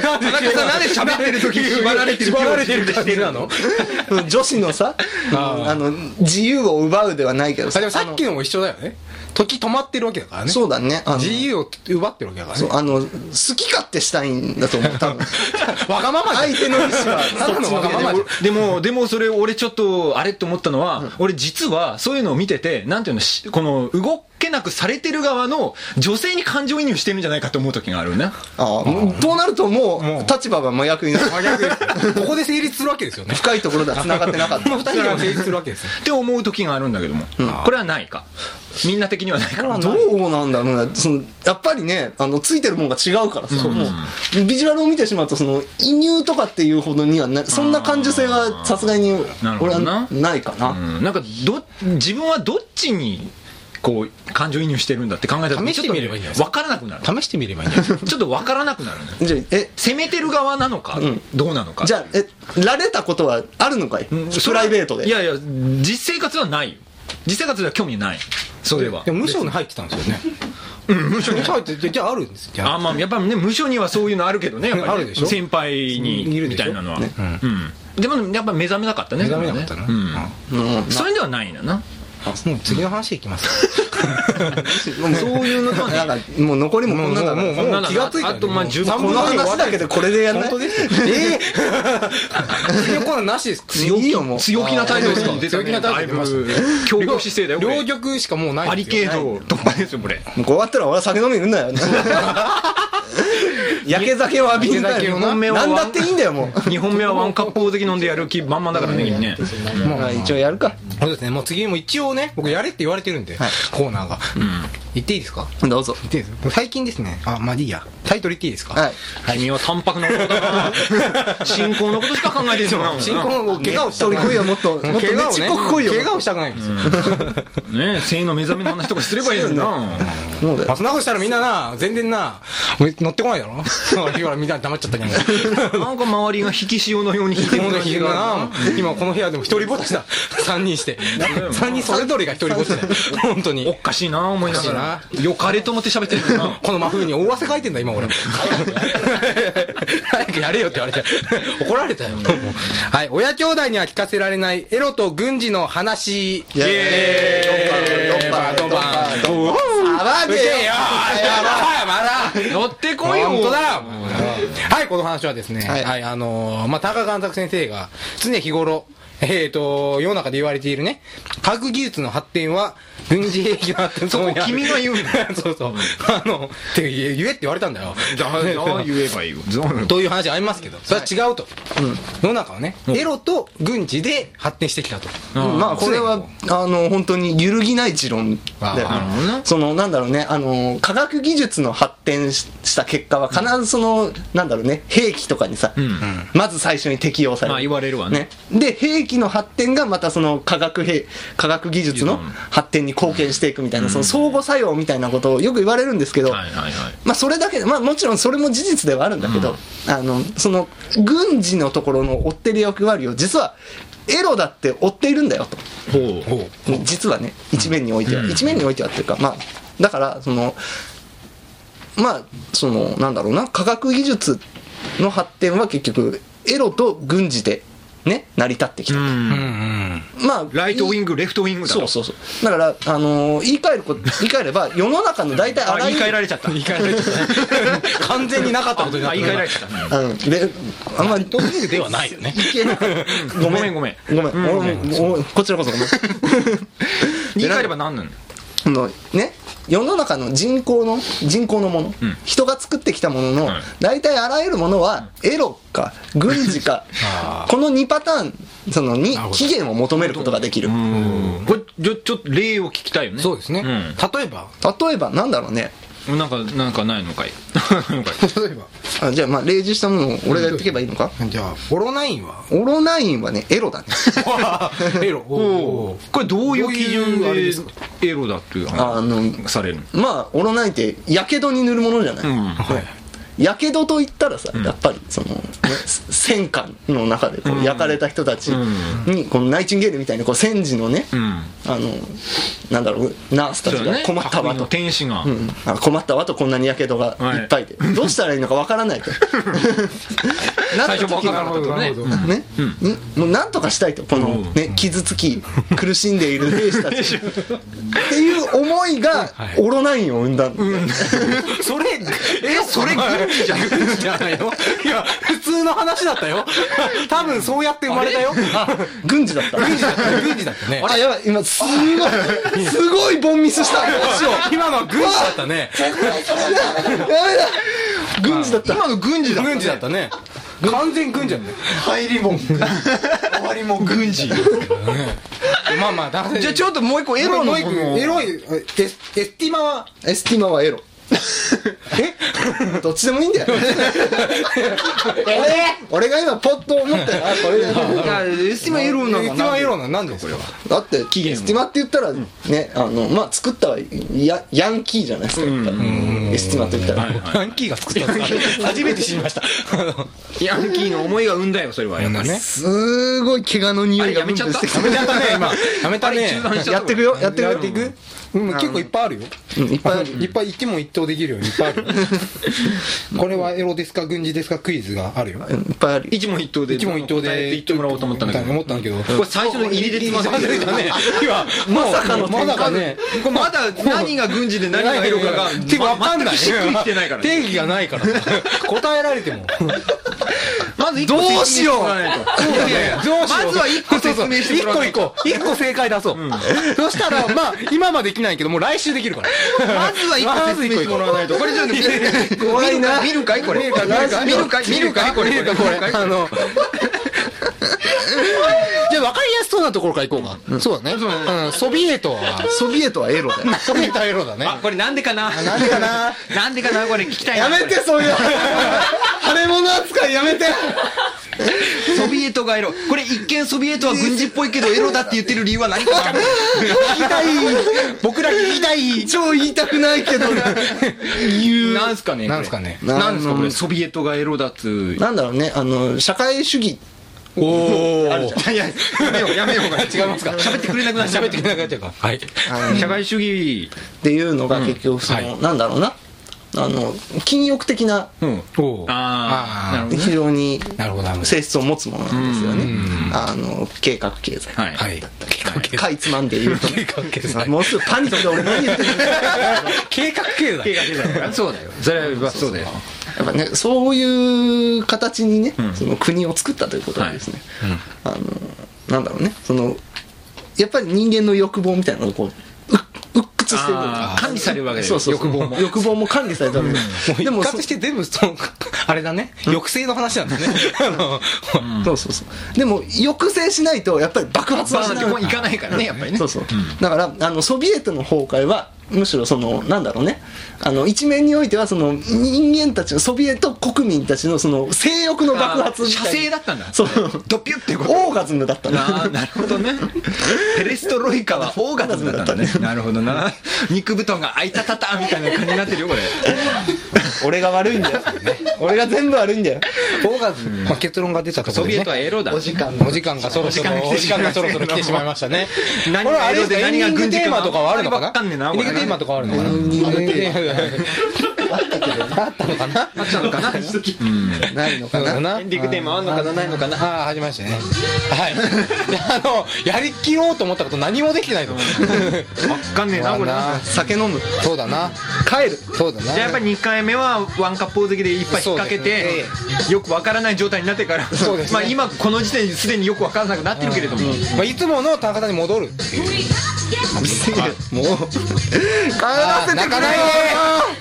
Speaker 3: なんで喋ってる時に 縛られてる縛られてる感じなの
Speaker 2: 女子のさ、
Speaker 3: あー
Speaker 2: あの、自由を奪うではないけど
Speaker 3: あでもさっきのも一緒だよね。時止まってるわけだからね。
Speaker 2: そうだね。あの
Speaker 3: 自由を奪ってるわけだから
Speaker 2: そう
Speaker 3: ね。
Speaker 2: あの、好き勝手したいんだと思う、多分。
Speaker 3: わがまま
Speaker 2: 相手の意思 は、そっちの
Speaker 3: わがままじゃん
Speaker 4: でも、でもそれ、俺ちょっと、あれって思ったのは、俺実は、そういうのを見てて、なんていうの、しこの、動けなくされてる側の、女性に感情移入してるんじゃないかと思う時があるよね。
Speaker 2: ああ、もうとなるとも
Speaker 3: も
Speaker 2: う
Speaker 3: う、
Speaker 2: 立場が真逆に なる。
Speaker 3: 真逆です。ここで成立するわけですよね。
Speaker 2: 深いところでは繋がってなかっ
Speaker 3: この
Speaker 2: た。
Speaker 3: 二人が成立するわけですよ。
Speaker 4: って思う時があるんだけども、これはないか。みんな的にはないか。
Speaker 2: どうなんだろうな、そのやっぱりね、あのついてるもんが違うからさ、もうビジュアルを見てしまうと、その移入とかっていうほどにはな、そんな感受性はさすがに
Speaker 4: なるほ
Speaker 2: 俺は
Speaker 4: どな
Speaker 2: ないかな。
Speaker 4: うんなんか、ど、自分はどっちに、こう、感情移入してるんだって考えた時に
Speaker 3: 試してみればいいんじゃないです
Speaker 4: わからなくなる。
Speaker 3: 試してみればいいんじゃない
Speaker 4: ちょっとわからなくなるね。
Speaker 2: じゃあえ
Speaker 4: 攻めてる側なのか、
Speaker 2: ん
Speaker 4: どうなのか。
Speaker 2: じゃあえられたことはあるのかい、
Speaker 4: うん
Speaker 2: プライベートで
Speaker 4: いやいや実生活はないよ実生活では興味ないそれは
Speaker 3: でも無償に入ってたんですよね。うん、無償に入ってて、じゃああるんですよ。
Speaker 4: あまあやっぱりね無償にはそういうのあるけどねやっぱりね
Speaker 3: あるでしょ
Speaker 4: 先輩に
Speaker 3: いる
Speaker 4: み
Speaker 3: でしょ
Speaker 4: たいなのは、うんでもやっぱ目覚めなかったね
Speaker 3: 目覚めなかったな
Speaker 4: ね、うん
Speaker 2: うん
Speaker 4: そういうのはないんだ な
Speaker 3: もう次の話いきます。
Speaker 2: もうそういうの なんかもう残りもこんなだから
Speaker 3: もうもうもう気がついた
Speaker 4: あとまあ10
Speaker 3: 三
Speaker 2: こ
Speaker 3: 分
Speaker 2: の
Speaker 3: の二
Speaker 2: 話だけでこれでやんない
Speaker 3: 本当です よ。ええ。強コーナーなしです。
Speaker 2: 強気いいよもう
Speaker 4: 強気な態度ですか
Speaker 3: あー
Speaker 4: 出たね
Speaker 3: 強気な態度出ましたね
Speaker 4: だいぶ強硬姿勢だよこれ
Speaker 3: 両極しかもうない
Speaker 4: バリケード突破ですよこれ
Speaker 2: もうこうやったら俺は酒飲みに行くんだよ焼け酒を浴びるんだ
Speaker 3: 焼け酒
Speaker 2: よ
Speaker 3: をな
Speaker 2: なんだっていいんだよもう
Speaker 4: 2本目はワンカップ大関飲んでやる気満々だからね君ね
Speaker 3: もう
Speaker 2: まあ一応やるか
Speaker 3: そうですねもう次も一応ね僕やれって言われてるんで、コーナーが、言っていいですか
Speaker 2: どうぞ
Speaker 3: 言っていいですか最近ですねあまあいいやタイトル言っていいですか、
Speaker 2: はい
Speaker 4: 君は淡白なことだな信仰のことしか考えてないもんな
Speaker 3: 新婚を怪我をしたく
Speaker 2: ね一人来いよもっともっと
Speaker 3: 怪我を
Speaker 2: ねちっ
Speaker 3: ね
Speaker 2: こく来いよ
Speaker 3: 怪我をしたくないんですよ、
Speaker 4: ね性の目覚めの話とかすればいいのにな
Speaker 2: もうだよ
Speaker 3: まあそんなことしたらみんなな全然な乗ってこないだろそうほらみんな黙っちゃったけど
Speaker 4: なんか周りが引き潮のように引いて
Speaker 3: 今
Speaker 4: る
Speaker 3: の日がな今この部屋でも一人ぼっちだ3人して3人それぞれが一人ぼっちだ本当に
Speaker 4: おかしいな思いながらよかれと思って喋ってるよな
Speaker 3: この真冬に大汗かいてんだ、今俺。早くやれよって言われて。怒られたよ。もうはい。親兄弟には聞かせられない、エロと軍事の話。
Speaker 2: イエーイ
Speaker 3: ドンバン、ドンバン、ドンバン。
Speaker 2: 騒
Speaker 3: う
Speaker 2: げ
Speaker 3: ぜ
Speaker 2: よ
Speaker 3: えよやばいまだ
Speaker 4: 乗ってこいよ
Speaker 3: 本当だよはい、この話はですね、
Speaker 2: はい
Speaker 3: はい、あのー、まあ、高川作先生が、常日頃、えーと、世の中で言われているね、科学技術の発展は、軍事兵器の発展
Speaker 4: そこ君が言う
Speaker 3: そうそう。あの、って言え言えって言われたんだよ。
Speaker 4: じゃあじゃあ言えばいいよ
Speaker 3: という話ありますけど、それは違うと。世の中はね、エロと軍事で発展してきたと。
Speaker 2: まあこれはあの本当に揺るぎない持論だよ
Speaker 3: あーな
Speaker 4: るほどな
Speaker 2: そのなんだろうねあの科学技術の発展しした結果は必ずその、なんだろうね兵器とかにさ、
Speaker 4: ん
Speaker 2: まず最初に適用される、
Speaker 4: まあ言われるわね
Speaker 2: で兵器の発展がまたその科学兵科学技術の発展に貢献していくみたいな、その相互作用みたいなことをよく言われるんですけど、
Speaker 4: はいはいはい
Speaker 2: まあそれだけで、まあもちろんそれも事実ではあるんだけど、あの、その、軍事のところの追ってる役割を、実は、エロだって追っているんだよと。
Speaker 4: ほう
Speaker 3: ほ
Speaker 2: 実はね、一面においては。一面においてはっていうか、まあ、だから、その、まあ、その、なんだろうな、科学技術の発展は結局、エロと軍事で、ね、成り立ってきた。
Speaker 3: う。うんうん。
Speaker 2: まあ、
Speaker 4: ライトウィングレフトウィングだ
Speaker 2: そうそうそう。だから、あのー言い換えること、言い換えれば、世の中の大体あ
Speaker 4: あ
Speaker 2: ら
Speaker 4: 言
Speaker 2: ゆ
Speaker 4: い換え
Speaker 2: る
Speaker 4: られちゃった
Speaker 3: 言い換えられちゃったね完全になかったことにな
Speaker 4: あ
Speaker 3: った
Speaker 4: 言い換えられちゃった
Speaker 2: あのであんまり
Speaker 3: ドリングではないよね。
Speaker 2: いけない
Speaker 4: ごめんごめん
Speaker 2: ごめん、
Speaker 4: うん
Speaker 2: 俺もおこちらこそごめん
Speaker 4: 言い換えればなんなの
Speaker 2: あのね世の中の人口の人口のもの、
Speaker 4: ん
Speaker 2: 人が作ってきたものの、
Speaker 4: はい
Speaker 2: 大体あらゆるものはエロか軍事かこの2パターンそのに
Speaker 3: なるほど
Speaker 2: 期限を求めることができる
Speaker 4: うんこれちょちょっと例を聞きたいよね
Speaker 3: そうですね、
Speaker 4: ん
Speaker 3: 例えば
Speaker 2: 例えばなんだろうね
Speaker 4: なんかなんかないの かいなんか
Speaker 3: 例えば
Speaker 2: あじゃあまあ例示したものを俺がやっていけばいいのか
Speaker 3: じゃあオロナインは
Speaker 2: オロナインはねエロだね
Speaker 3: エロ
Speaker 4: お
Speaker 3: お
Speaker 4: う
Speaker 3: ー
Speaker 4: これどういう基準
Speaker 3: どういうあれです
Speaker 4: でエロだっていう
Speaker 2: あ
Speaker 4: 話
Speaker 2: の
Speaker 4: されるの
Speaker 2: まあオロナインってやけどに塗るものじゃない、
Speaker 4: うん
Speaker 2: やけどと言ったらさ、やっぱりその、ね、戦艦の中でこう焼かれた人たちに、このナイチンゲールみたいなこう戦時のね、
Speaker 4: うん
Speaker 2: あのなんだろうナースた
Speaker 4: そ
Speaker 2: ち
Speaker 4: うだ
Speaker 2: が
Speaker 4: ね
Speaker 2: 困ったわ
Speaker 4: 悪意
Speaker 2: と。
Speaker 4: の天使が
Speaker 2: うんあ困ったわとこんなにやけどがいっぱい で、どうしたらいいのかわからないとなった
Speaker 4: 最
Speaker 2: 時
Speaker 4: 初も分
Speaker 2: に
Speaker 4: からなかったね
Speaker 3: なるほど
Speaker 4: うん
Speaker 2: ね、んもうなんとかしたいとこの、
Speaker 4: うん
Speaker 2: ね、傷つき苦しんでいる兵士た ちっていう思いが
Speaker 3: はい
Speaker 2: オロナインを生んだんだよ、
Speaker 3: それえそれ軍事じゃ軍事じゃないよいや普通の話だったよ 多分そうやって生まれたよ
Speaker 2: 軍事だった
Speaker 3: 軍事だった軍事だったね
Speaker 2: あ、やばい、今、すごい、すごいボンミス した。どうしよう
Speaker 3: 今のは軍事だったね
Speaker 2: やめだ。軍事だった。
Speaker 4: 今の軍事だ
Speaker 3: 軍事だったね完全軍事だね
Speaker 1: 入りもん終わりもん軍事
Speaker 3: まあまあだ
Speaker 4: じゃあちょっともう一個エロの
Speaker 3: エロいエロいエスエスティマは
Speaker 2: エスティマはエロ。え どっちでもいいんだよ。俺俺が今、ポッと思ったよ。あ、 これだよ
Speaker 4: エスティマエロな
Speaker 3: エ
Speaker 4: の
Speaker 3: ス
Speaker 4: か
Speaker 3: ティ
Speaker 4: な
Speaker 3: マエロなのなんでこれは
Speaker 2: だって、エスティマって言ったら、ね、あの、まあ、作ったはヤヤンキーじゃないですか。やっぱりエスティマって言ったら。
Speaker 3: ヤンキーが作ったんですか初めて知りました
Speaker 4: ヤンキーの思いが生んだよそれはやっぱり
Speaker 3: ね
Speaker 2: すごい毛皮の匂いが分布してきた
Speaker 4: あれ やめちゃったやめちゃった
Speaker 3: ね今やめたね
Speaker 4: 中断しちゃ
Speaker 2: やってくよ、やってくよ。
Speaker 3: やっていくうん結構いっぱいあるよ
Speaker 2: うんいっぱいある
Speaker 3: いっぱい一問一答できるようにいっぱいあるよこれはエロですか軍事ですかクイズがあるよ
Speaker 2: うんいっぱいある。
Speaker 4: 一問一答で
Speaker 3: 一問一答
Speaker 4: 答え
Speaker 3: で
Speaker 4: ていってもらおうと思ったんだけど
Speaker 3: 思ったんだけど
Speaker 4: これ最初 の入りでつまずいてる
Speaker 3: ね今まさかのまさかね
Speaker 4: まだ何が軍事で何がエロかが
Speaker 3: 手わかんない
Speaker 4: 全くしっくりきてないからね
Speaker 3: 定義がないから答えられても
Speaker 4: まず一個説明してもらわないと
Speaker 3: いやいやいやどうしよう
Speaker 4: まずは一個説明してもらわない
Speaker 3: 一個一個一個正解出そう、そしたらまあ今までできないけどもう来週できるから
Speaker 4: まずは一個説明してもらわないとこれちょっと見る
Speaker 2: 怖いな
Speaker 4: 見るかいこれ見るか見るかい見るかいこれ
Speaker 3: 見るかこれあのじゃあ分かりやすそうなところからいこうか、そうだね、うん、ソビエトは
Speaker 2: ソビエトはエロだよ。
Speaker 3: ソビエトはエロだね
Speaker 4: あこれなんでかな
Speaker 2: なんでかな
Speaker 4: なんでかなこれ聞きたい
Speaker 2: や
Speaker 4: な
Speaker 2: めてそういう腫れ物扱いやめて
Speaker 4: ソビエトがエロこれ一見ソビエトは軍事っぽいけどエロだって言ってる理由は何かわかんない
Speaker 2: 言いたい僕ら聞きたい超言いたくないけど言う
Speaker 4: なんすかねこれ
Speaker 3: なんすかね
Speaker 4: なんですかこれソビエトがエロだっつう
Speaker 2: なんだろうねあの社会主義
Speaker 3: おお
Speaker 4: いややめようやめようが
Speaker 3: 違いますか
Speaker 4: 喋ってくれなくなっちゃう
Speaker 3: 喋ってくれなくなっちゃうかはい
Speaker 4: 社会主義
Speaker 2: っていうのが結局その、
Speaker 3: は
Speaker 2: なんだろうなあの禁欲的な
Speaker 4: うん
Speaker 3: おー
Speaker 4: あーなるほど
Speaker 2: 非常に
Speaker 3: なるほどなるほど
Speaker 2: 性質を持つものなんですよね、
Speaker 3: うん
Speaker 2: あの計画経済、
Speaker 4: はい
Speaker 3: はい計画経
Speaker 2: か
Speaker 3: 済
Speaker 2: いつまんで言うと
Speaker 3: 計画経済
Speaker 2: もうすぐパニックで俺何言ってる
Speaker 3: 計画経済
Speaker 4: そうだよそれはそうだよ
Speaker 2: やっぱね、そういう形にね、その国を作ったということはですね、あのなんだろうねそのやっぱり人間の欲望みたいなのをこうううっ屈してる
Speaker 4: あー管理されるわけだよ
Speaker 2: そうそうそう
Speaker 4: 欲望も
Speaker 2: 欲望も管理されたわけで
Speaker 3: で
Speaker 2: で
Speaker 3: も
Speaker 2: も
Speaker 3: 一
Speaker 2: そ
Speaker 3: 括して全部その あれだね抑制の話なん だねあの
Speaker 2: そうそうそうでも抑制しないとやっぱり爆発は
Speaker 4: バ
Speaker 2: し
Speaker 4: ー
Speaker 2: な
Speaker 4: なんて
Speaker 2: い
Speaker 4: こういかないからねやっぱりね
Speaker 2: そうそう、だからあのソビエトの崩壊はむしろそのなんだろうねあの一面においてはその人間たちのソビエト国民たちのその性欲の爆発
Speaker 4: あー
Speaker 2: みたいな
Speaker 4: 射精だったんだ
Speaker 2: そう
Speaker 4: ドピュってこと
Speaker 2: オーガズムだった
Speaker 4: あ
Speaker 2: な
Speaker 4: あなるほどね ペレストロイカはオーガズムだったんだねなるほどな肉布団が開いたたたみたいな感じになってるよこれ
Speaker 2: 俺が悪いん だよ俺が全部悪いんだよ
Speaker 3: オーガズムまあ結論が出たとこ
Speaker 4: ソ
Speaker 3: ろ
Speaker 4: ビ
Speaker 3: で
Speaker 4: エ
Speaker 3: ね
Speaker 4: トはエロだ
Speaker 2: お時間
Speaker 3: お時間がそろそろお
Speaker 4: お
Speaker 3: 時
Speaker 4: 時
Speaker 3: 間
Speaker 4: 間
Speaker 3: が
Speaker 4: が
Speaker 3: そ
Speaker 4: そ
Speaker 3: ろそ
Speaker 4: ろ
Speaker 3: ろ
Speaker 4: そろ
Speaker 3: 来
Speaker 4: 来
Speaker 3: て
Speaker 4: て
Speaker 3: し
Speaker 4: し
Speaker 3: ま
Speaker 4: ま
Speaker 3: い
Speaker 4: い
Speaker 3: ま
Speaker 4: ま
Speaker 3: したね
Speaker 4: 何
Speaker 3: これ
Speaker 4: が
Speaker 3: あれ
Speaker 4: エ
Speaker 3: で
Speaker 4: ロ
Speaker 3: すか
Speaker 4: で
Speaker 3: エンデ
Speaker 4: 何が
Speaker 3: ィング
Speaker 4: 軍事
Speaker 3: テ
Speaker 4: か
Speaker 3: ーマ
Speaker 4: な
Speaker 3: とかはあるのかな
Speaker 4: わかんねえ
Speaker 3: エ
Speaker 4: な
Speaker 3: ンディングテーマとかはあるのかな
Speaker 2: エンディングテ
Speaker 3: あったのかな あったのかな
Speaker 2: ないのかな
Speaker 3: な
Speaker 4: エンディングテーマあんのかなないのかな
Speaker 3: ああ始まりましたね はいであのやりきろうと思ったこと何もできてないと思う
Speaker 4: 真っか んねえなこれな
Speaker 2: 酒飲む
Speaker 3: そうだな
Speaker 2: 帰る
Speaker 3: そうだな
Speaker 4: じゃあやっぱり2回目はワンカップ大関で一杯引っ掛けて、よくわからない状態になって から、
Speaker 3: そうですね
Speaker 4: まあ今この時点ですでによくわからなくなってるけれども、
Speaker 3: まあ、いつもの高田に戻るって いう
Speaker 2: もう帰ら
Speaker 3: あ
Speaker 2: せて
Speaker 3: ー泣
Speaker 2: く
Speaker 3: かないで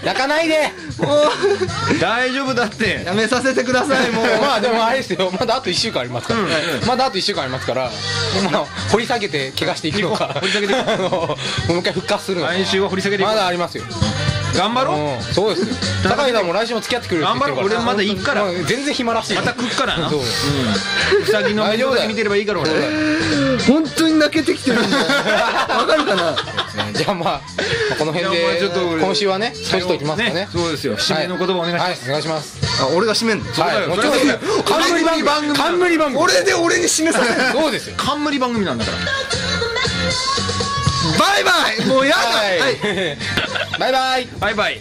Speaker 3: 泣かないで
Speaker 4: 大丈夫だって
Speaker 2: やめさせてくださいもう
Speaker 3: まあでもあれですよまだあと1週間ありますから、まだあと1週間ありますから今掘り下げて怪我していくのか掘り下げて あのもう一回復活するのか
Speaker 4: 来週は掘り下げていこう
Speaker 3: まだありますよ
Speaker 4: 頑張ろう
Speaker 3: うんそうですよ高井さんも来週も付き合ってくれるって言ってるから
Speaker 4: 頑張ろう俺まだ行くから
Speaker 3: まあ全然暇らしい
Speaker 4: また食っからな
Speaker 3: そううん
Speaker 4: ウサギの目の見てればいいから俺
Speaker 2: 本当に泣けてきてるん だよわかるかな
Speaker 3: じゃあまあまあこの辺
Speaker 4: いやまあ
Speaker 3: で
Speaker 4: ちょっと俺
Speaker 3: 今週はね閉じておきますかね
Speaker 4: そうですよ締めの言葉お願いしま
Speaker 3: はいお
Speaker 4: す、
Speaker 3: 願いします
Speaker 2: あ俺が締めんの
Speaker 4: うだよ
Speaker 3: はいもちろん
Speaker 4: そ
Speaker 3: で
Speaker 4: う
Speaker 3: す
Speaker 4: だ
Speaker 3: よ
Speaker 4: よ
Speaker 3: 冠番組冠番組
Speaker 2: 俺で俺に締めさせる
Speaker 3: そうですよ
Speaker 4: 冠番組なんだから
Speaker 2: バイバイもうやだ
Speaker 3: はいバイバイ
Speaker 4: バイバイ